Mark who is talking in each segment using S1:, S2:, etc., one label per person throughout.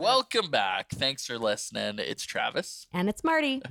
S1: Welcome back. Thanks for listening. It's Travis.
S2: And it's Marty.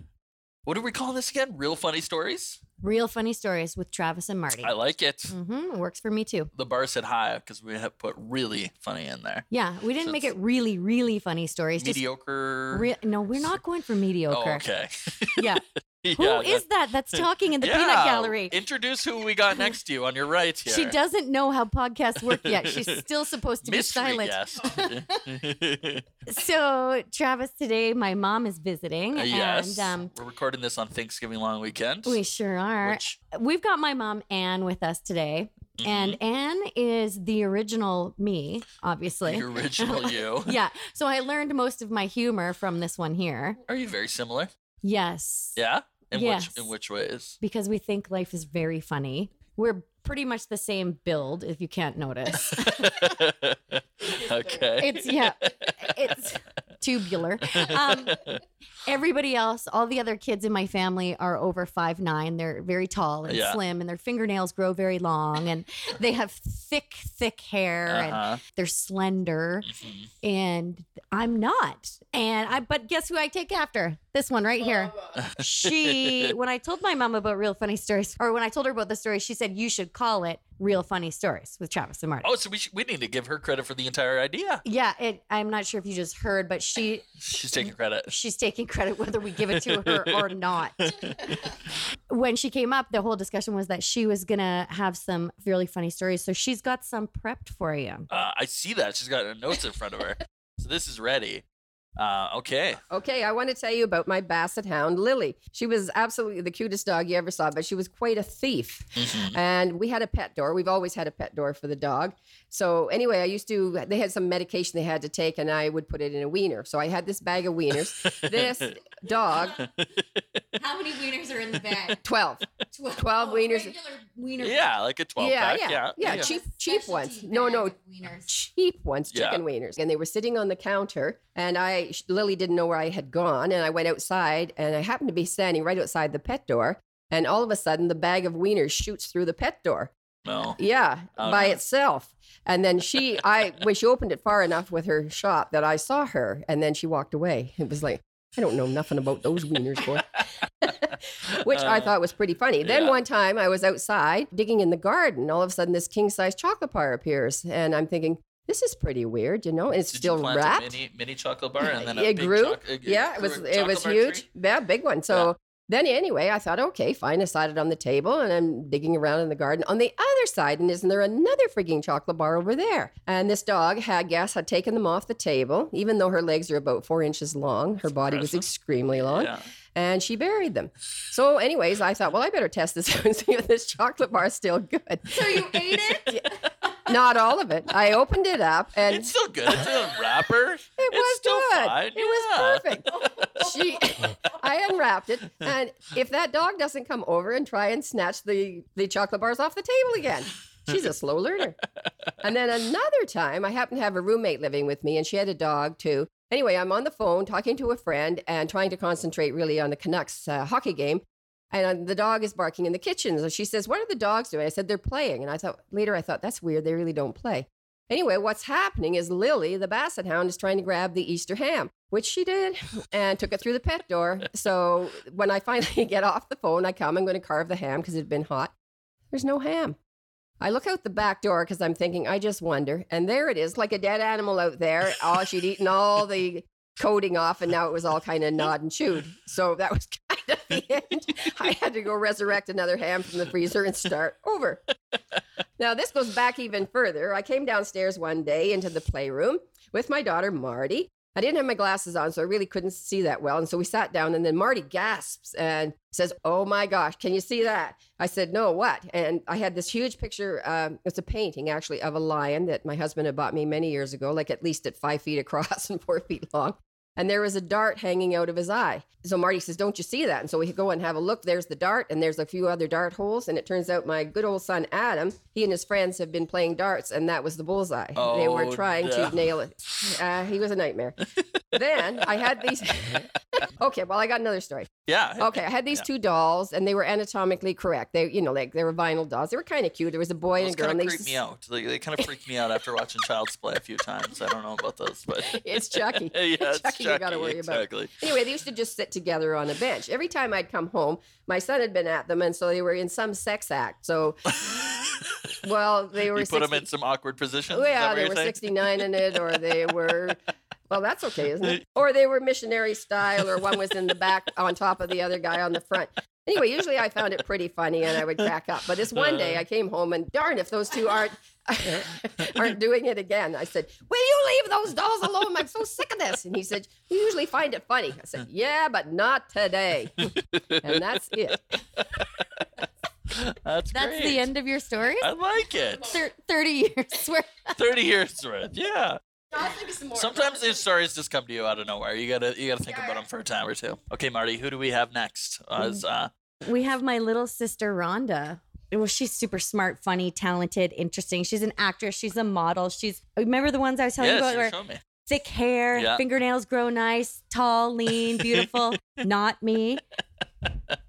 S1: What do we call this again? Real funny stories?
S2: Real funny stories with Travis and Marty.
S1: I like it.
S2: Mm-hmm. Works for me too.
S1: The bar said high because we have put really funny in there.
S2: Yeah, we didn't
S1: So
S2: make
S1: it's
S2: it really, really funny stories. just
S1: Mediocre.
S2: Re- no, we're not going for mediocre.
S1: Oh, okay.
S2: Yeah.
S1: yeah.
S2: Who is that that's talking in the peanut
S1: Yeah.
S2: gallery?
S1: Introduce who we got next to you on your right here.
S2: She doesn't know how podcasts work yet. She's still supposed to be
S1: Mystery
S2: silent.
S1: guest.
S2: So, Travis, today my mom is visiting.
S1: Uh, yes.
S2: And um,
S1: We're recording this on Thanksgiving long weekend.
S2: we sure are.
S1: which- mm-hmm,
S2: We've got my mom, Anne, with us today. And Anne is the original me, obviously.
S1: the original you.
S2: yeah. So I learned most of my humor from this one here.
S1: Are you very similar?
S2: Yes.
S1: Yeah. In
S2: Yes.
S1: which in which ways?
S2: Because we think life is very funny. We're pretty much the same build, if you can't notice.
S1: okay.
S2: it's, yeah, it's tubular. Um, everybody else, all the other kids in my family are over five nine. They're very tall and
S1: Yeah.
S2: slim, and their fingernails grow very long, and they have thick, thick hair, and
S1: Uh-huh.
S2: they're slender.
S1: Mhm.
S2: and I'm not. And I, but guess who I take after? This one right here. She, when I told my mom about real funny stories, or when I told her about the story, she said you should call it real funny stories with Travis and Marty.
S1: Oh, so we, should, we need to give her credit for the entire idea.
S2: Yeah, it, I'm not sure if you just heard, but she
S1: She's
S3: Mm-hmm.
S1: taking credit.
S2: she's taking credit whether we give it to her or not. when she came up, the whole discussion was that she was gonna have some really funny stories, so she's got some prepped for you.
S1: Uh, I see that. She's got notes in front of her. So this is ready. Uh, okay.
S3: Okay, I want to tell you about my basset hound, Lily. She was absolutely the cutest dog you ever saw, but she was quite a thief.
S1: Mm-hmm.
S3: And we had a pet door. We've always had a pet door for the dog. So, anyway, I used to, they had some medication they had to take, and I would put it in a wiener. So, I had this bag of wieners. this dog,
S2: How many wieners are in the bag?
S3: 12.
S2: 12,
S3: Twelve wieners.
S2: wiener
S1: Yeah, like a 12
S3: yeah,
S1: pack.
S3: yeah,
S1: Yeah.
S3: yeah,
S2: Yeah.
S3: cheap, cheap ones. No, no, cheap ones,
S1: Yeah.
S3: chicken wieners. And they were sitting on the counter, and I sh- Lily didn't know where I had gone, and I went outside, and I happened to be standing right outside the pet door, and all of a sudden the bag of wieners shoots through the pet door.
S1: No.
S3: Yeah,
S1: Oh,
S3: by
S1: no.
S3: itself. And then she, I, when she opened it far enough with her shop that I saw her, and then she walked away. It was like. I don't know nothing about those wieners, boy. Which I
S1: Uh,
S3: thought was pretty funny. Then
S1: yeah.
S3: one time I was outside digging in the garden. All of a sudden, this king size chocolate bar appears. And I'm thinking, this is pretty weird, you know? And it's
S1: Did
S3: still
S1: you plant
S3: wrapped.
S1: a mini, mini chocolate bar and then a
S3: it
S1: big
S3: grew.
S1: choc- it-
S3: yeah, it
S1: grew
S3: was
S1: a
S3: it
S1: chocolate
S3: was
S1: bar
S3: huge.
S1: tree?
S3: Yeah, big one. So then anyway, I thought, okay, fine. I slid it on the table and I'm digging around in the garden on the other side. And isn't there another freaking chocolate bar over there? And this dog had guess had taken them off the table, even though her legs are about four inches long. Her body was
S1: impressive.
S3: extremely long
S1: Yeah.
S3: and she buried them. So, anyways, I thought, well, I better test this out and see if this chocolate bar is still good.
S2: So you ate it?
S3: Not all of it. I opened it up and
S1: It's still good. It's a wrapper. It
S3: it was
S1: still
S3: good.
S1: Fine.
S3: It was perfect. She, I unwrapped it, and if that dog doesn't come over and try and snatch the the chocolate bars off the table again. She's a slow learner. And then another time, I happened to have a roommate living with me, and she had a dog too. Anyway, I'm on the phone talking to a friend and trying to concentrate really on the Canucks uh, hockey game. And uh, the dog is barking in the kitchen. So she says, What are the dogs doing? I said, They're playing. And I thought, later, I thought, that's weird. They really don't play. Anyway, what's happening is Lily, the basset hound, is trying to grab the Easter ham, which she did and took it through the pet door. So when I finally get off the phone, I come, I'm going to carve the ham because it had been hot. There's no ham. I look out the back door because I'm thinking, I just wonder. And there it is, like a dead animal out there. Oh, she'd eaten all the coating off and now it was all kind of gnawed and chewed. So that was kind of the end. I had to go resurrect another ham from the freezer and start over. Now, this goes back even further. I came downstairs one day into the playroom with my daughter, Marty. I didn't have my glasses on, so I really couldn't see that well. And so we sat down, and then Marty gasps and says, Oh my gosh, can you see that? I said, No, what? And I had this huge picture. Um, it's a painting, actually, of a lion that my husband had bought me many years ago, like at least at five feet across and four feet long. And there was a dart hanging out of his eye. So Marty says, Don't you see that? And so we go and have a look. There's the dart, and there's a few other dart holes. And it turns out my good old son Adam, he and his friends have been playing darts, and that was the bullseye. they were
S1: Oh,
S3: trying
S1: no.
S3: to nail it. Uh, he was a nightmare. then I had these Okay, well, I got another story.
S1: yeah.
S3: Okay, I had these
S1: Yeah.
S3: two dolls, and they were anatomically correct. They, you know, like they were vinyl dolls. They were kind of cute. There was a boy and
S1: Those
S3: a girl.
S1: kind of
S3: And they
S1: creep
S3: used
S1: me
S3: to-
S1: out. They, they kind of freak me out after watching Child's Play a few times. I don't know about those, but
S3: It's Chucky.
S1: yeah, it's
S3: Chucky you gotta worry about.
S1: exactly.
S3: Anyway, they used to just sit together on a bench. Every time I'd come home, my son had been at them, and so they were in some sex act. So, well, they
S1: you
S3: were.
S1: put
S3: 60
S1: them in some awkward positions.
S3: Oh,
S1: Is that
S3: yeah,
S1: what
S3: they
S1: you're
S3: were
S1: saying?
S3: 69 in it, or they were. Well, that's okay, isn't it? Or they were missionary style, or one was in the back on top of the other guy on the front. Anyway, usually I found it pretty funny and I would crack up. But this one
S1: Uh.
S3: day I came home and darn if those two aren't aren't doing it again. I said, Will you leave those dolls alone? I'm so sick of this. And he said, You usually find it funny. I said, Yeah, but not today. And that's it.
S4: That's
S1: That's great.
S4: the end of your story.
S1: I like it.
S4: Thir- Thirty years worth.
S1: Thirty years worth. Yeah.
S3: I think it's more
S1: Sometimes these stories just come to you out of nowhere. You gotta you gotta think
S3: Yeah.
S1: about them for a time or two. Okay, Marty, who do we have next? As, uh,
S4: We have my little sister Rhonda. Well, she's super smart, funny, talented, interesting. She's an actress. She's a model. She's remember the ones I was telling you
S1: yes,
S4: about
S1: you
S4: where
S1: show me.
S4: thick hair,
S1: Yeah.
S4: fingernails grow nice, tall, lean, beautiful. Not me.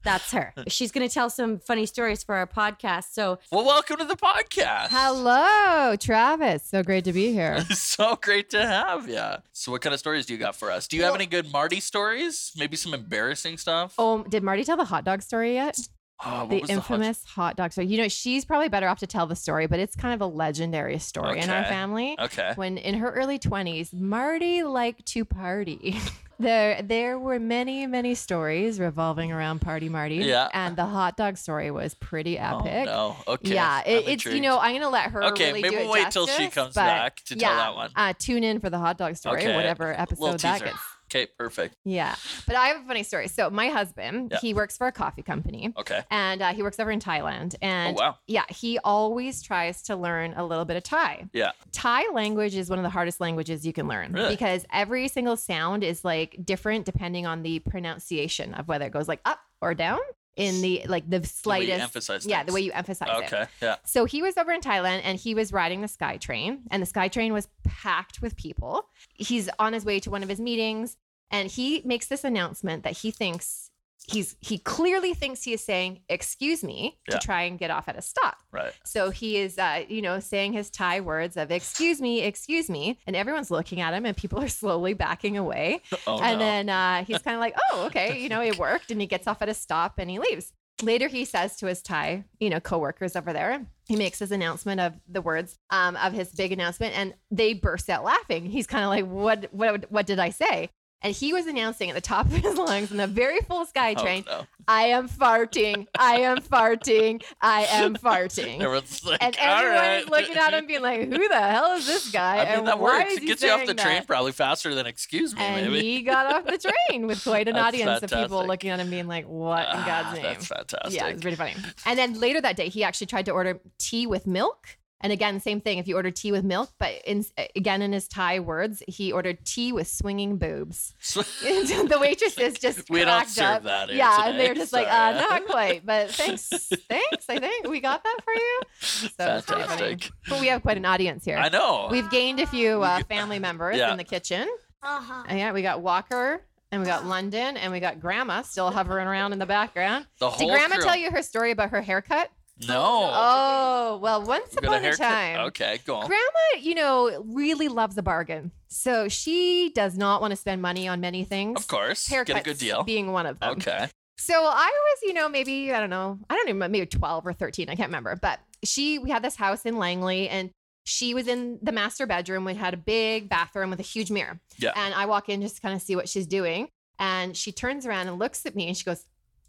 S4: That's her. She's gonna tell some funny stories for our podcast. So
S1: Well, welcome to the podcast.
S2: Hello, Travis. So great to be here.
S1: so great to have you. So, what kind of stories do you got for us? Do you have
S3: Well-
S1: any good Marty stories? Maybe some embarrassing stuff.
S2: Oh, did Marty tell the hot dog story yet?
S1: Oh, what
S2: the
S1: was hot-
S2: infamous hot dog story. You know, she's probably better off to tell the story, but it's kind of a legendary story in our
S1: Okay.
S2: family.
S1: okay.
S2: When in her early 20s, Marty liked to party. there there were many, many stories revolving around Party Marty.
S1: Yeah.
S2: And the hot dog story was pretty
S1: Oh,
S2: epic.
S1: no. Okay.
S2: Yeah,
S1: I'm
S2: it, it's you
S1: intrigued.
S2: know I'm gonna let her.
S1: Okay,
S2: really
S1: maybe
S2: do
S1: we'll
S2: it
S1: wait till she
S2: justice,
S1: comes
S2: but
S1: back to tell
S2: yeah,
S1: that one.
S2: Uh, tune in for the hot dog story,
S1: Okay,
S2: whatever episode that
S1: teaser.
S2: gets.
S1: Okay, perfect.
S2: Yeah, but I have a funny story. So my husband,
S1: Yeah.
S2: he works for a coffee company,
S1: Okay.
S2: and uh, he works over in Thailand.
S1: Oh
S2: And
S1: wow.
S2: yeah, he always tries to learn a little bit of Thai.
S1: Yeah.
S2: Thai language is one of the hardest languages you can learn
S1: Really?
S2: because every single sound is like different depending on the pronunciation of whether it goes like up or down in the like
S1: The
S2: the
S1: way you
S2: slightest.
S1: emphasize
S2: yeah, the
S1: things.
S2: way you emphasize it.
S1: Okay. Yeah.
S2: So he was over in Thailand and he was riding the Sky Train, and the Sky Train was packed with people. He's on his way to one of his meetings, and he makes this announcement that he thinks he's he clearly thinks he is saying "excuse me"
S1: Yeah.
S2: to try and get off at a stop.
S1: Right.
S2: So he is, uh, you know, saying his Thai words of "excuse me, excuse me," and everyone's looking at him, and people are slowly backing away
S1: Oh
S2: and
S1: no.
S2: then uh, he's kind of like, oh, okay, you know, it worked. And he gets off at a stop and he leaves. Later, he says to his Thai, you know, coworkers over there, he makes his announcement of the words um, of his big announcement, and they burst out laughing. He's kind of like, what, what, what did I say? And he was announcing at the top of his lungs in the very full sky
S1: Oh,
S2: train,
S1: no.
S2: I am farting, I am farting, I am farting.
S1: Everyone's like,
S2: And
S1: "All
S2: everyone is
S1: right."
S2: looking at him, being like, "Who the hell is this guy?"
S1: I mean,
S2: and
S1: that
S2: why
S1: works.
S2: is
S1: It
S2: he
S1: gets you off
S2: saying
S1: the
S2: that?"
S1: train probably faster than excuse me,
S2: and
S1: maybe.
S2: he got off the train with quite an
S1: That's
S2: audience of people
S1: fantastic.
S2: looking at him being like what uh, in
S1: Ah,
S2: god's name
S1: That's fantastic.
S2: yeah it was pretty funny and then later that day he actually tried to order tea with milk and again same thing if you order tea with milk but in, again in his thai words he ordered tea with swinging boobs
S1: So-
S2: the waitresses just
S1: We don't
S2: cracked
S1: serve
S2: up.
S1: that here
S2: yeah and
S1: today.
S2: they were just like
S1: Sorry.
S2: uh, not quite but thanks thanks i think we got that for you so it was pretty funny.
S1: fantastic.
S2: but we have quite an audience here
S1: I know.
S2: We've gained a few uh, family members
S1: Yeah.
S2: in the kitchen.
S4: Uh-huh.
S2: And yeah, we got Walker and we got London and we got Grandma still hovering around in the background.
S1: the
S2: Did
S1: whole
S2: Grandma
S1: crew.
S2: tell you her story about her haircut?
S1: No.
S2: Oh, well, once
S1: You got a
S2: upon a,
S1: haircut?
S2: time.
S1: Okay, go on.
S2: Grandma, you know, really loves a bargain. So she does not want to spend money on many things.
S1: Of course.
S2: Haircuts
S1: Get a good deal.
S2: being one of them.
S1: Okay.
S2: So I was, you know, maybe I don't know, I don't even maybe twelve or thirteen, I can't remember. But she, we had this house in Langley, and she was in the master bedroom. We had a big bathroom with a huge mirror.
S1: Yeah.
S2: And I walk in just to kind of see what she's doing, and she turns around and looks at me, and she goes,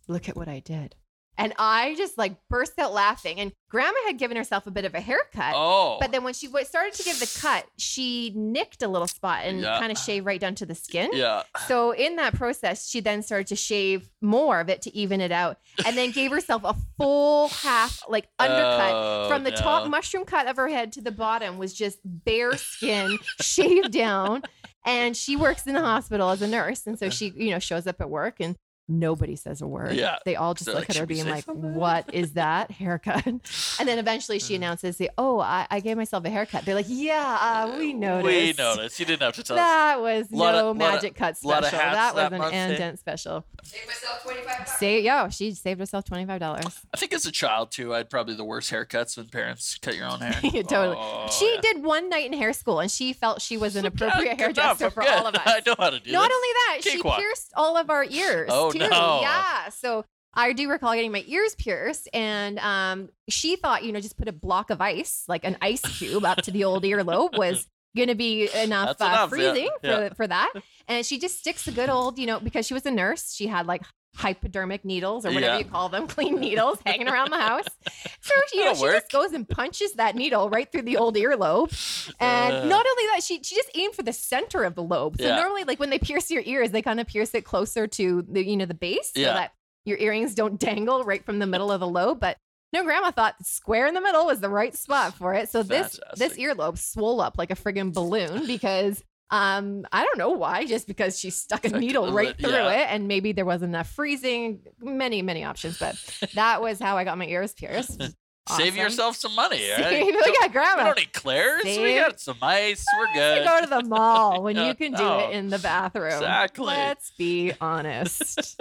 S2: "Look at what I did." And I just like burst out laughing. And Grandma had given herself a bit of a haircut.
S1: Oh.
S2: But then when she w- started to give the cut, she nicked a little spot and
S1: Yeah.
S2: kind of shaved right down to the skin.
S1: yeah.
S2: So in that process, she then started to shave more of it to even it out, and then gave herself a full half like undercut.
S1: Oh,
S2: From the
S1: no.
S2: top mushroom cut of her head to the bottom was just bare skin shaved down. And she works in the hospital as a nurse. And so she, you know, shows up at work and Nobody says a word.
S1: Yeah.
S2: They all just
S1: They're
S2: look
S1: like,
S2: at her
S1: "Should we
S2: being
S1: say
S2: like,
S3: something?"
S2: what is that haircut? And then eventually
S1: Mm.
S2: she announces, the, oh, I, I gave myself a haircut. They're like, yeah, uh, we noticed.
S1: We noticed. You didn't have to tell us.
S2: That was
S1: Lot of-
S2: no
S1: lot of-
S2: magic cut special.
S1: lot of hats
S2: That was
S1: that
S2: an
S1: month, eh?
S2: and dent special.
S3: Save myself 25
S2: Say, yo, she saved herself $25.
S1: I think as a child too, I had probably the worst haircuts when parents cut your own hair.
S2: totally.
S1: Oh,
S2: she
S1: yeah.
S2: did one night in hair school and she felt she was an appropriate
S1: Good enough,
S2: hairdresser
S1: I'm
S2: for
S1: good.
S2: all of us.
S1: I know how to do
S2: Not
S1: this.
S2: only that,
S1: Cakewalk.
S2: she pierced all of our ears
S1: Oh,
S2: too.
S1: no.
S2: Yeah. So I do recall getting my ears pierced, and um, she thought, you know, just put a block of ice, like an ice cube, up to the old earlobe was gonna be enough,
S1: That's
S2: uh,
S1: enough, yeah,
S2: freezing
S1: yeah.
S2: For, for that. And she just sticks the good old, you know, because she was a nurse, she had like hypodermic needles or whatever
S1: Yeah.
S2: you call them, clean needles hanging around the house. So you know,
S1: That'll
S2: she
S1: work.
S2: just goes and punches that needle right through the old earlobe. And
S1: Uh.
S2: not only that, she she just aimed for the center of the lobe. So
S1: Yeah.
S2: normally, like when they pierce your ears, they kind of pierce it closer to the you know the base so
S1: Yeah.
S2: that your earrings don't dangle right from the middle of the lobe. But no, grandma thought square in the middle was the right spot for it. So this this
S1: Fantastic.
S2: earlobe swole up like a friggin' balloon because um I don't know why, just because she stuck a
S1: Stuck a
S2: needle
S1: little
S2: right
S1: bit,
S2: through
S1: yeah.
S2: it, and maybe there wasn't enough freezing. Many many options, but that was how I got my ears pierced.
S1: Save
S2: Awesome.
S1: yourself some money. all right?
S2: Save-
S1: Don't-
S2: yeah,
S1: We
S2: grandma.
S1: don't need Claire's. We
S2: Save-
S1: got some ice. We're
S2: to
S1: good.
S2: go to the mall when
S1: Yeah,
S2: you can do
S1: no.
S2: it in the bathroom.
S1: Oh, Exactly.
S2: Let's be honest.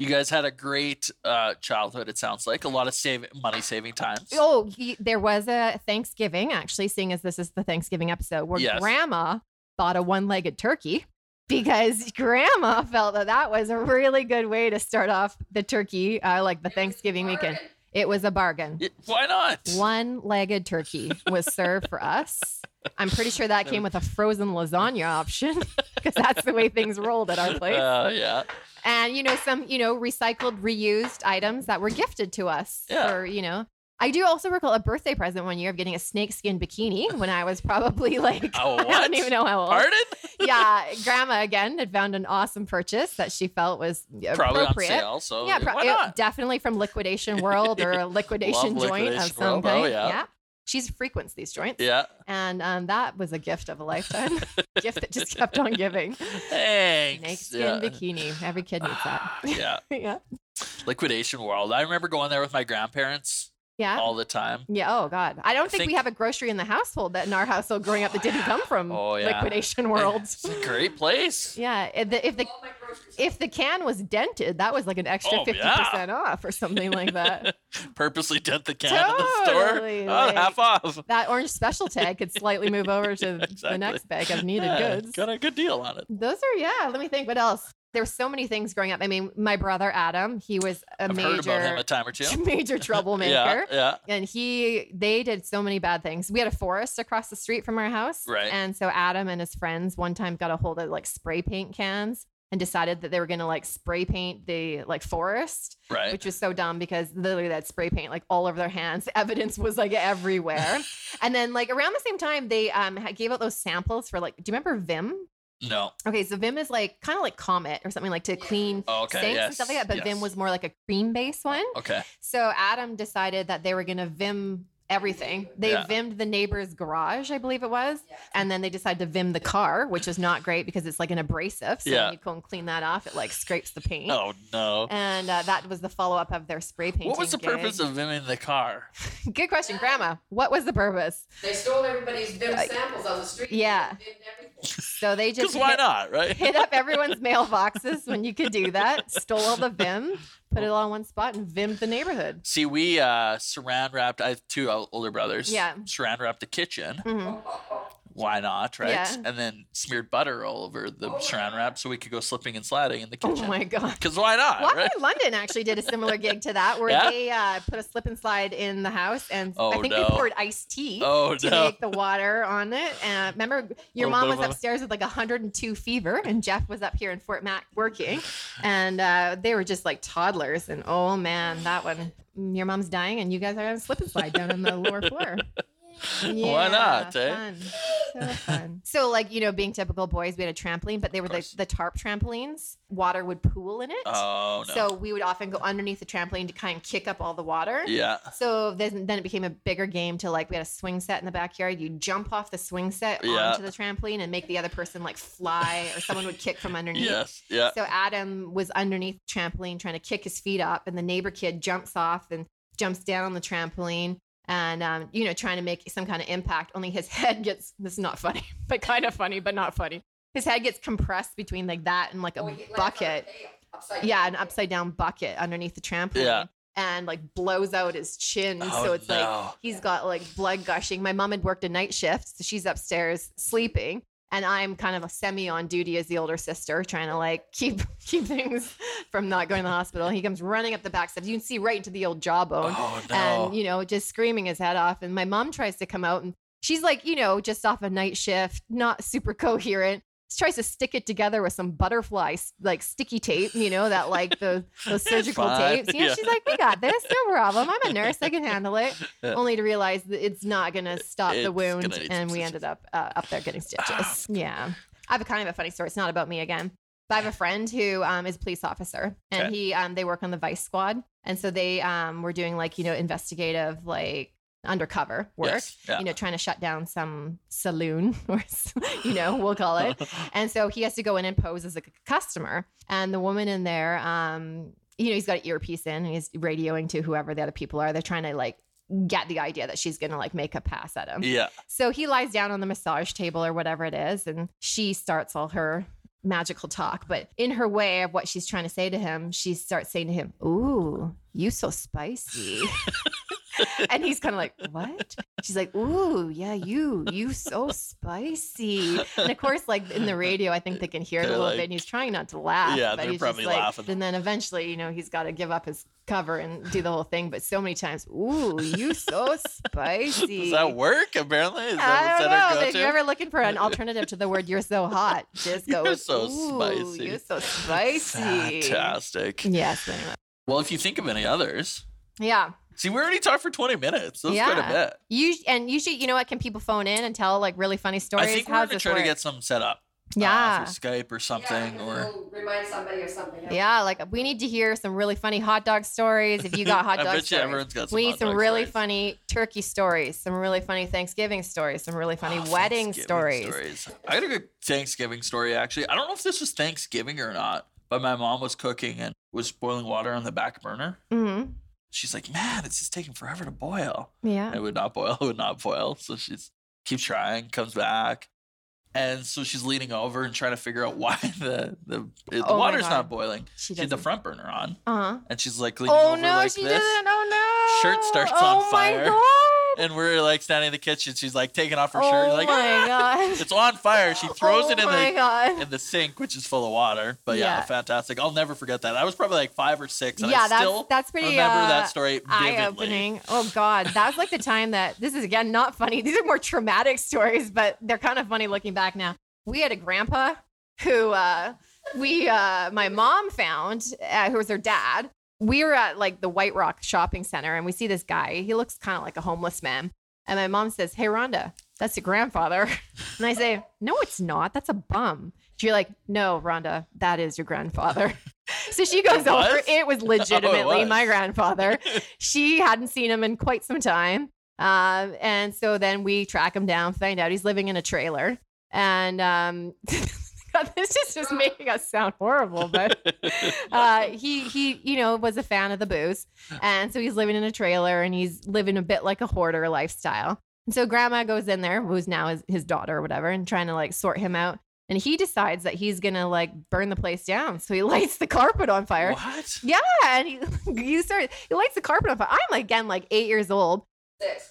S1: You guys had a great uh, childhood. It sounds like a lot of save money saving times.
S2: oh, he, there was a Thanksgiving actually, seeing as this is the Thanksgiving episode where
S1: Yes.
S2: grandma bought a one-legged turkey because grandma felt that that was a really good way to start off the turkey, uh, like the Thanksgiving weekend. It was a bargain.
S1: Y- Why not?
S2: One-legged turkey was served for us. I'm pretty sure that came with a frozen lasagna option because that's the way things rolled at our place.
S1: Uh, yeah.
S2: and you know some you know recycled reused items that were gifted to us
S1: Yeah.
S2: for you know i do also recall a birthday present one year of getting a snakeskin bikini when i was probably like
S1: Oh,
S2: i
S1: what?
S2: don't even know how old
S1: Pardon?
S2: yeah grandma again had found an awesome purchase that she felt was
S1: Probably on
S2: appropriate
S1: sale. So
S2: yeah, pro-
S1: why
S2: it-
S1: not?
S2: definitely from liquidation world or a liquidation
S1: Love
S2: joint of
S1: Liquidation
S2: some
S1: World. Oh,
S2: kind
S1: yeah.
S2: she's frequents these joints
S1: Yeah.
S2: and um, that was a gift of a lifetime gift that just kept on giving
S1: Thanks.
S2: snakeskin
S1: yeah.
S2: bikini every kid needs that
S1: yeah.
S2: yeah
S1: Liquidation world. I remember going there with my grandparents
S2: yeah
S1: all the time.
S2: Yeah. Oh God. I don't think, we
S1: think-
S2: have a grocery in the household that in our household growing up that didn't come from
S1: Oh, yeah.
S2: liquidation worlds.
S1: It's a great place.
S2: yeah. If the if the, if the can was dented, that was like an extra
S1: Oh,
S2: fifty percent off or something like that.
S1: Purposely dent the can in the store.
S2: Totally,
S1: Oh,
S2: like-
S1: half off.
S2: that orange special tag could slightly move over to
S1: Exactly.
S2: the next bag of needed
S1: Yeah,
S2: goods.
S1: Got a good deal on it.
S2: Those are yeah. Let me think. What else? There were so many things growing up. I mean, my brother Adam, he was a
S1: I've heard about him a
S2: major
S1: time or two.
S2: major troublemaker.
S1: Yeah, yeah.
S2: and he they did so many bad things we had a forest across the street from our house
S1: Right.
S2: and so adam and his friends one time got a hold of like spray paint cans and decided that they were going to like spray paint the like forest
S1: Right.
S2: which was so dumb because literally that spray paint like all over their hands the evidence was like everywhere and then like around the same time they um ha- gave out those samples for like do you remember vim
S1: no.
S2: okay so vim is like kind of like comet or something like to clean
S1: Oh, okay.
S2: sinks
S1: yes.
S2: and stuff like that but vim
S1: yes.
S2: was more like a cream based one
S1: Okay.
S2: so Adam decided that they were going to vim everything. They
S1: Yeah.
S2: vimmed the neighbor's garage, I believe it was, and then they decided to vim the car, which is not great because it's like an abrasive. So
S1: Yeah.
S2: when you go and clean that off, it like scrapes the paint.
S1: Oh no.
S2: And uh, that was the follow up of their spray painting.
S1: What was the purpose of him in the car?
S2: of? Good question, Grandma. What was the purpose?
S3: They stole everybody's Vim samples on the street.
S2: yeah.
S3: They did everything.
S2: So they just
S1: Because why
S2: hit-
S1: not, right?
S2: hit up everyone's mailboxes when you could do that. Stole all the vim, put it all in one spot, and vimmed the neighborhood.
S1: See, we uh saran wrapped. I have two o- older brothers.
S2: Yeah.
S1: Saran wrapped the kitchen.
S5: Mm-hmm.
S2: Mhm.
S1: Why not, right?
S2: Yeah.
S1: And then smeared butter all over the saran wrap so we could go slipping and sliding in the
S2: Oh
S1: kitchen.
S2: my god.
S1: Because why not,
S2: Walk
S1: right?
S2: in London actually did a similar gig to that, where
S1: Yeah?
S2: they uh, put a slip and slide in the house, and
S1: Oh,
S2: I think
S1: no.
S2: they poured iced tea
S1: Oh
S2: to
S1: no.
S2: make the water on it. And remember, your
S1: Little
S2: mom
S1: bit
S2: was
S1: of a-
S2: upstairs with like 102 fever, and Jeff was up here in Fort Mac working, and uh, they were just like toddlers. And oh man, that one, your mom's dying, and you guys are on a slip and slide down on the lower floor.
S1: Why not, eh?
S5: Fun. So fun. So, like, you know, being typical boys, we had a trampoline, but they were the,
S1: course.
S5: the tarp trampolines. Water would pool in it.
S1: Oh no.
S5: So, we would often go underneath the trampoline to kind of kick up all the water.
S1: yeah.
S5: So then, then it became a bigger game to like we had a swing set in the backyard. You jump off the swing set
S1: Yeah.
S5: onto the trampoline and make the other person like fly, or someone would kick from underneath.
S1: Yes. Yeah.
S5: So Adam was underneath the trampoline trying to kick his feet up, and the neighbor kid jumps off and jumps down on the trampoline and, um, you know, trying to make some kind of impact. Only his head gets this is not funny, but kind of funny, but not funny. His head gets compressed between like that and like a bucket. Yeah, an upside down bucket underneath the trampoline.
S1: Yeah.
S5: And like blows out his chin.
S1: Oh,
S5: so it's like
S1: no.
S5: he's got like blood gushing. My mom had worked a night shift, so she's upstairs sleeping. And I'm kind of a semi on duty as the older sister, trying to like keep keep things from not going to the hospital. He comes running up the back steps. You can see right into the old jawbone.
S1: Oh no.
S5: And, you know, just screaming his head off. And my mom tries to come out and she's like, you know, just off a night shift, not super coherent. Tries to stick it together with some butterfly s- like sticky tape, you know, that like the those surgical
S1: Fine,
S5: tapes. You know,
S1: yeah.
S5: she's like, We got this, no problem. I'm a nurse, I can handle it.
S1: Yeah.
S5: Only to realize that it's not gonna stop
S1: It's
S5: the wound.
S1: gonna need some Ah,
S5: And we ended up uh, up there getting stitches. yeah. I have a kind of a funny story. It's not about me again. But I have a friend who um, is a police officer, and
S1: Okay.
S5: he um, they work on the Vice Squad, and so they um, were doing like you know investigative like undercover work,
S1: Yes, yeah.
S5: you know, trying to shut down some saloon or s- you know we'll call it. And so he has to go in and pose as a c- customer, and the woman in there, um, you know, he's got an earpiece in, and he's radioing to whoever the other people are. They're trying to like get the idea that she's gonna like make a pass at him.
S1: yeah.
S5: So he lies down on the massage table or whatever it is, and she starts all her magical talk. But in her way of what she's trying to say to him, she starts saying to him, Ooh, you so spicy. and he's kind of like, What? She's like, Ooh, yeah, you, you so spicy. And of course, like in the radio, I think they can hear it a
S1: They're
S5: little
S1: like-
S5: bit. And he's trying not to laugh.
S1: Yeah,
S5: but
S1: they're
S5: he's just
S1: probably
S5: like-
S1: laughing.
S5: And then eventually, you know, he's got to give up his cover and do the whole thing. But so many times, Ooh, you so spicy.
S1: Does that work? Apparently, is
S5: I
S1: that,
S5: don't
S1: is that
S5: know.
S1: our
S5: But if
S1: go-to?
S5: you're ever looking for an alternative to the word "you're so hot," just go
S1: You're
S5: with
S1: so
S5: "Ooh,
S1: spicy."
S5: You're so spicy.
S1: Fantastic.
S5: Yes. but anyway.
S1: Well, if you think of any others,
S5: Yeah.
S1: see, we already talked for 20 minutes. That's quite a
S5: Yeah.
S1: bit.
S5: You and usually, you know what? Can people phone in and tell like really funny stories?
S1: I think we're
S5: How's
S1: gonna
S5: this
S1: try to
S5: work?
S1: get some set up. uh,
S5: Yeah.
S1: through Skype or something, or
S3: remind somebody of something.
S5: yeah, like we need to hear some really funny hot dog stories. If you got hot
S1: I
S5: dog
S1: bet you
S5: stories,
S1: everyone's got some
S5: we need
S1: hot
S5: some
S1: dog
S5: really
S1: stories.
S5: funny turkey stories, some really funny Thanksgiving stories, some really funny
S1: Oh,
S5: wedding
S1: Thanksgiving
S5: stories.
S1: I got a good Thanksgiving story actually. I don't know if this was Thanksgiving or not, but my mom was cooking and was boiling water on the back burner.
S5: hmm
S1: She's like, "Man, it's just taking forever to boil."
S5: Yeah.
S1: And it would not boil, it would not boil. So she's keeps trying, comes back. And so she's leaning over and trying to figure out why the the, the
S5: Oh my
S1: water's not
S5: God.
S1: boiling.
S5: She
S1: She had the
S5: does.
S1: front burner on,
S5: Uh huh.
S1: and she's like leaning
S5: Oh
S1: over
S5: no,
S1: like
S5: she
S1: this.
S5: didn't. Oh no.
S1: Shirt starts
S5: oh,
S1: on fire.
S5: my god.
S1: And we're like standing in the kitchen. She's like taking off her
S5: oh
S1: shirt, like
S5: my
S1: "Ah!"
S5: god.
S1: it's on fire. She throws
S5: oh
S1: it in
S5: my
S1: the
S5: god.
S1: in the sink, which is full of water. But yeah,
S5: Yeah.
S1: fantastic. I'll never forget that. I was probably like five or six, and I
S5: Yeah,
S1: still
S5: that's that's pretty
S1: remember
S5: uh,
S1: that story vividly.
S5: eye-opening. Oh god, that's like the time that this is again not funny. These are more traumatic stories, but they're kind of funny looking back now. We had a grandpa who uh, we uh, my mom found uh, who was her dad. We were at like the White Rock shopping center, and we see this guy. He looks kind of like a homeless man, and my mom says, "Hey, Rhonda, that's your grandfather." And I say, No, it's not. That's a bum. She's like, No, Rhonda, that is your grandfather. So she goes
S1: It was?
S5: over. It was legitimately
S1: was.
S5: my grandfather. she hadn't seen him in quite some time. Um, and so then we track him down, find out he's living in a trailer. And um, God, this is just making us sound horrible, but uh, he he you know was a fan of the booze, and so he's living in a trailer and he's living a bit like a hoarder lifestyle. And so grandma goes in there, who's now his, his daughter or whatever, and trying to like sort him out. And he decides that he's gonna like burn the place down, so he lights the carpet on fire.
S1: What?
S5: Yeah, and he you start he lights the carpet on fire. I'm again like eight years old.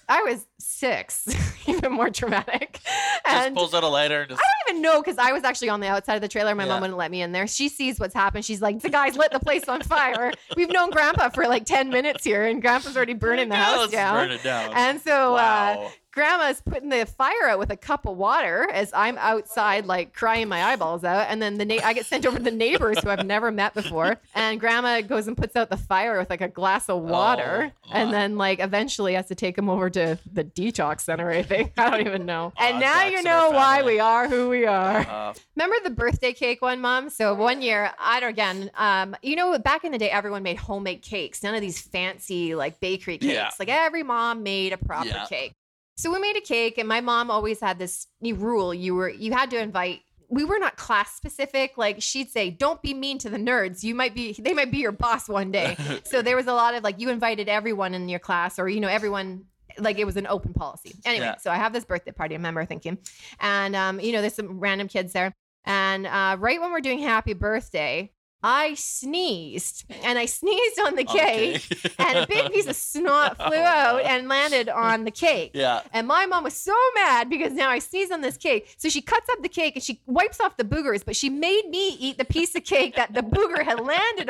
S5: I was six, even more traumatic.
S1: Just
S5: And
S1: pulls out a lighter and just.
S5: I don't even know because I was actually on the outside of the trailer. My
S1: Yeah.
S5: mom wouldn't let me in there. She sees what's happened. She's like, "The guy's lit the place on fire. We've known Grandpa for like ten minutes here, and Grandpa's already burning the
S1: Yeah,
S5: house
S1: let's
S5: down."
S1: Burn it down.
S5: And so uh,
S1: wow.
S5: grandma's putting the fire out with a cup of water as I'm outside, like crying my eyeballs out. And then the na- I get sent over to the neighbors who I've never met before. And grandma goes and puts out the fire with like a glass of water.
S1: Oh, wow.
S5: and then, like, eventually has to take him over to the detox center, I think. I don't even know.
S1: Odd
S5: and now
S1: facts
S5: you
S1: in our
S5: know why
S1: family.
S5: we are who we are.
S1: Uh,
S5: Remember the birthday cake one, mom? So one year, I don't again. Um, you know, back in the day, everyone made homemade cakes. None of these fancy like bakery cakes.
S1: Yeah.
S5: Like every mom made a proper
S1: Yeah.
S5: cake. So we made a cake, and my mom always had this rule: you were you had to invite. We were not class specific. Like she'd say, "Don't be mean to the nerds. You might be they might be your boss one day." so there was a lot of like you invited everyone in your class, or you know everyone. Like it was an open policy. Anyway,
S1: Yeah.
S5: so I have this birthday party. I remember thinking, and um, you know, there's some random kids there. And uh, right when we're doing happy birthday, I sneezed and I sneezed on the
S1: okay. Oh,
S5: cake, and a big piece of snot flew out and landed on the cake.
S1: yeah.
S5: And my mom was so mad because now I sneezed on this cake. So she cuts up the cake and she wipes off the boogers, but she made me eat the piece of cake that the booger had landed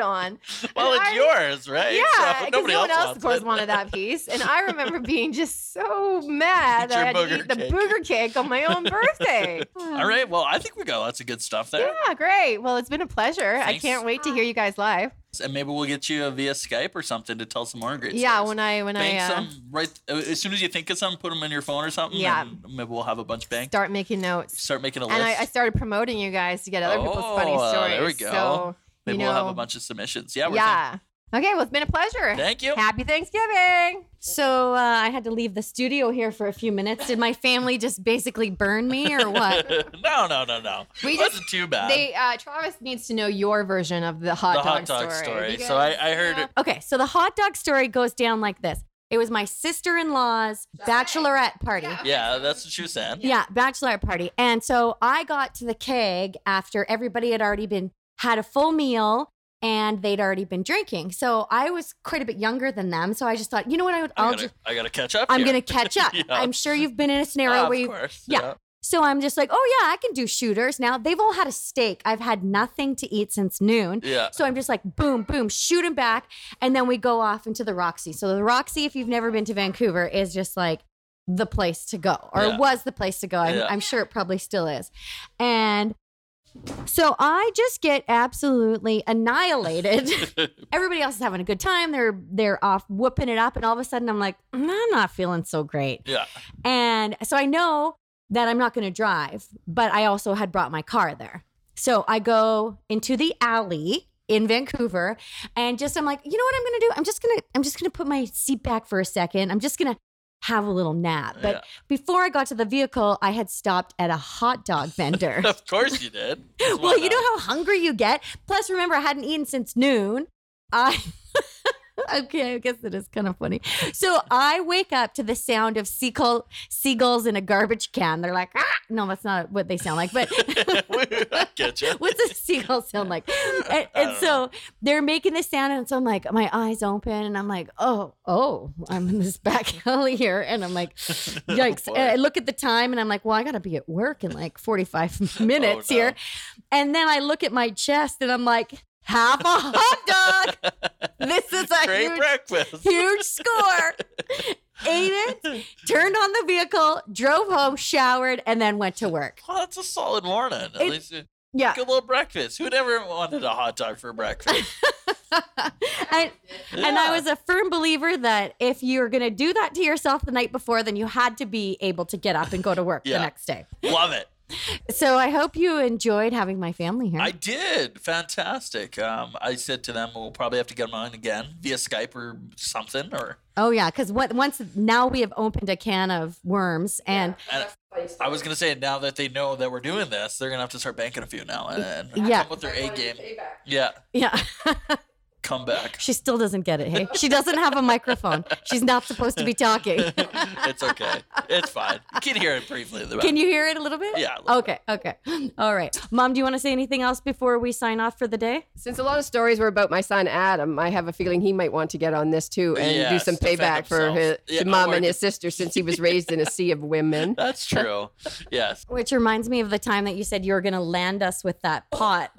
S5: on.
S1: Well, it's
S5: I-
S1: yours, right?
S5: Yeah,
S1: So
S5: because
S1: nobody
S5: no one else,
S1: wants
S5: of course,
S1: it.
S5: wanted that piece. And I remember being just so mad
S1: Eat
S5: that I had
S1: your
S5: to eat the
S1: booger cake.
S5: booger cake on my own birthday.
S1: All
S5: Mm.
S1: right. Well, I think we got lots of good stuff there.
S5: Yeah, great. Well, it's been a pleasure. I
S1: Thanks.
S5: can't wait to hear you guys live.
S1: And maybe we'll get you uh, via Skype or something to tell some more great
S5: yeah,
S1: stories.
S5: when I when
S1: Bank
S5: I uh,
S1: some right as soon as you think of some, put them in your phone or something.
S5: Yeah.
S1: and maybe we'll have a bunch banked.
S5: start making notes,
S1: Start making a list.
S5: and I, I started promoting you guys to get other people's funny
S1: Oh, uh,
S5: stories.
S1: there we go.
S5: So,
S1: maybe
S5: you know,
S1: we'll have a bunch of submissions. Yeah. We're
S5: Yeah. Okay. Well, it's been a pleasure.
S1: thinking- Thank you.
S5: Happy Thanksgiving.
S2: So uh, I had to leave the studio here for a few minutes. Did my family just basically burn me or what?
S1: no, no, no, no.
S5: We
S1: it
S5: just-
S1: wasn't too bad.
S5: They uh, Travis needs to know your version of the hot
S1: the
S5: dog
S1: hot dog
S5: story.
S1: story.
S5: Because-
S1: So I, I heard it.
S2: Okay, so the hot dog story goes down like this. It was my sister-in-law's bachelorette party.
S5: Yeah.
S1: Yeah, that's what she was saying.
S2: Yeah, bachelorette party. And so I got to the keg after everybody had already been had a full meal and they'd already been drinking. So I was quite a bit younger than them. So I just thought, you know what, I would,
S1: I
S2: I'll
S1: gotta,
S2: just,
S1: I gotta catch up.
S2: I'm
S1: here.
S2: gonna catch up.
S1: Yeah.
S2: I'm sure you've been in a scenario
S1: Ah,
S2: where
S1: of
S2: you.
S1: course.
S2: yeah. So I'm just like, oh yeah, I can do shooters now. They've all had a steak. I've had nothing to eat since noon.
S1: Yeah.
S2: So I'm just like, boom, boom, shoot him back. And then we go off into the Roxy. So the Roxy, if you've never been to Vancouver, is just like the place to go, or
S1: Yeah.
S2: was the place to go. I'm,
S1: Yeah.
S2: I'm sure it probably still is. And so I just get absolutely annihilated. Everybody else is having a good time. They're they're off whooping it up, and all of a sudden I'm like, "Mm, I'm not feeling so great.
S1: Yeah.
S2: And so I know that I'm not going to drive, but I also had brought my car there. So I go into the alley in Vancouver and just I'm like, you know what I'm going to do? I'm just going to I'm just going to put my seat back for a second. I'm just going to have a little nap. But
S1: Yeah.
S2: before I got to the vehicle, I had stopped at a hot dog vendor.
S1: Of course you did.
S2: well, you know how hungry you get. Plus remember I hadn't eaten since noon. I Okay, I guess it is kind of funny. So I wake up to the sound of seagull, seagulls in a garbage can. They're like, ah! no, that's not what they sound like. But
S1: I get you.
S2: what's a seagull sound like? And, and
S1: don't
S2: so they're making this sound, and so I'm like, my eyes open, and I'm like, oh, oh, I'm in this back alley here, and I'm like, yikes!
S1: Oh, boy.
S2: And I look at the time, and I'm like, well, I gotta be at work in like 45 minutes
S1: Oh, no.
S2: here, and then I look at my chest, and I'm like, half a hot dog. This is a
S1: Great
S2: huge
S1: breakfast.
S2: huge score. Ate it, turned on the vehicle, drove home, showered, and then went to work.
S1: Well, Oh, that's a solid morning. At
S2: It-
S1: least a
S2: Yeah.
S1: good little breakfast. Who'd ever wanted a hot dog for breakfast?
S2: And, and I was a firm believer that if you're going to do that to yourself the night before, then you had to be able to get up and go to work
S1: Yeah.
S2: the next day.
S1: love it.
S2: So I hope you enjoyed having my family here.
S1: I did fantastic. Um, I said to them, we'll probably have to get them on again via Skype or something, or
S2: oh, yeah. Because once now we have opened a can of worms and
S1: and I was gonna say now that they know that we're doing this, they're gonna have to start banking a few now and and
S2: Yeah.
S1: come with their A game. Yeah,
S2: yeah.
S1: come back.
S2: she still doesn't get it. Hey, she doesn't have a microphone. She's not supposed to be talking.
S1: it's okay. It's fine. You can hear it briefly. in the
S2: Can
S1: back.
S2: you hear it a little bit?
S1: Yeah, a little
S2: Okay. Okay. All right. Mom, do you want to say anything else before we sign off for the day?
S3: Since a lot of stories were about my son Adam, I have a feeling he might want to get on this too and do
S1: Yes,
S3: some
S1: defend
S3: payback for
S1: himself.
S3: his
S1: Yeah,
S3: to mom
S1: or
S3: and his
S1: just-
S3: sister since he was raised in a sea of women.
S1: That's true. Yes.
S2: Which reminds me of the time that you said you were going to land us with that pot.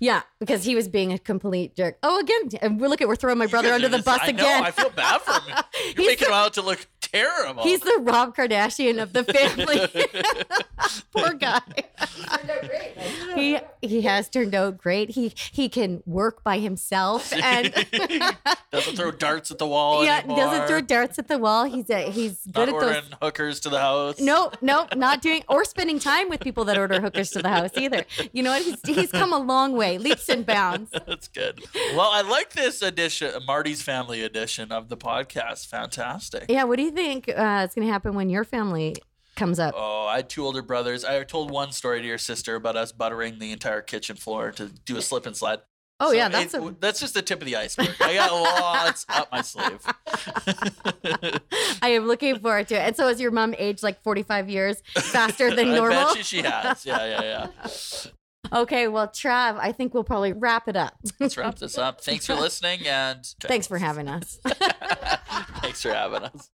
S2: Yeah, because he was being a complete jerk. Oh, again, and we- look at we're throwing my brother
S1: You guys
S2: under
S1: are
S2: the
S1: just-
S2: bus
S1: I know,
S2: again.
S1: I feel bad for him. You're
S2: He's
S1: making him out to look terrible.
S2: He's the Rob Kardashian of the family. Poor guy. He he has turned out great. He he can work by himself and
S1: doesn't throw darts at the wall.
S2: yeah,
S1: anymore.
S2: doesn't throw darts at the wall. He's a, he's
S1: Not
S2: good at
S1: ordering
S2: those.
S1: hookers to the house.
S2: No, no, not doing or spending time with people that order hookers to the house either. You know what? He's he's come a long way, leaps and bounds.
S1: That's good. Well, I like this edition, Marty's family edition of the podcast. Fantastic.
S2: Yeah, what do you think uh, is going to happen when your family comes up?
S1: Oh, I had two older brothers. I told one story to your sister about us buttering the entire kitchen floor to do a slip and slide.
S2: Oh
S1: So
S2: yeah,
S1: it-
S2: that's a,
S1: that's just the tip of the iceberg. I got lots up my sleeve.
S2: I am looking forward to it. And so has your mom aged like 45 years faster than
S1: I
S2: normal?
S1: bet you she has. Yeah, yeah, yeah.
S2: Okay, well, Trav, I think we'll probably wrap it up.
S1: Let's wrap this up. Thanks for listening and
S2: Thanks for having us.
S1: thanks for having us.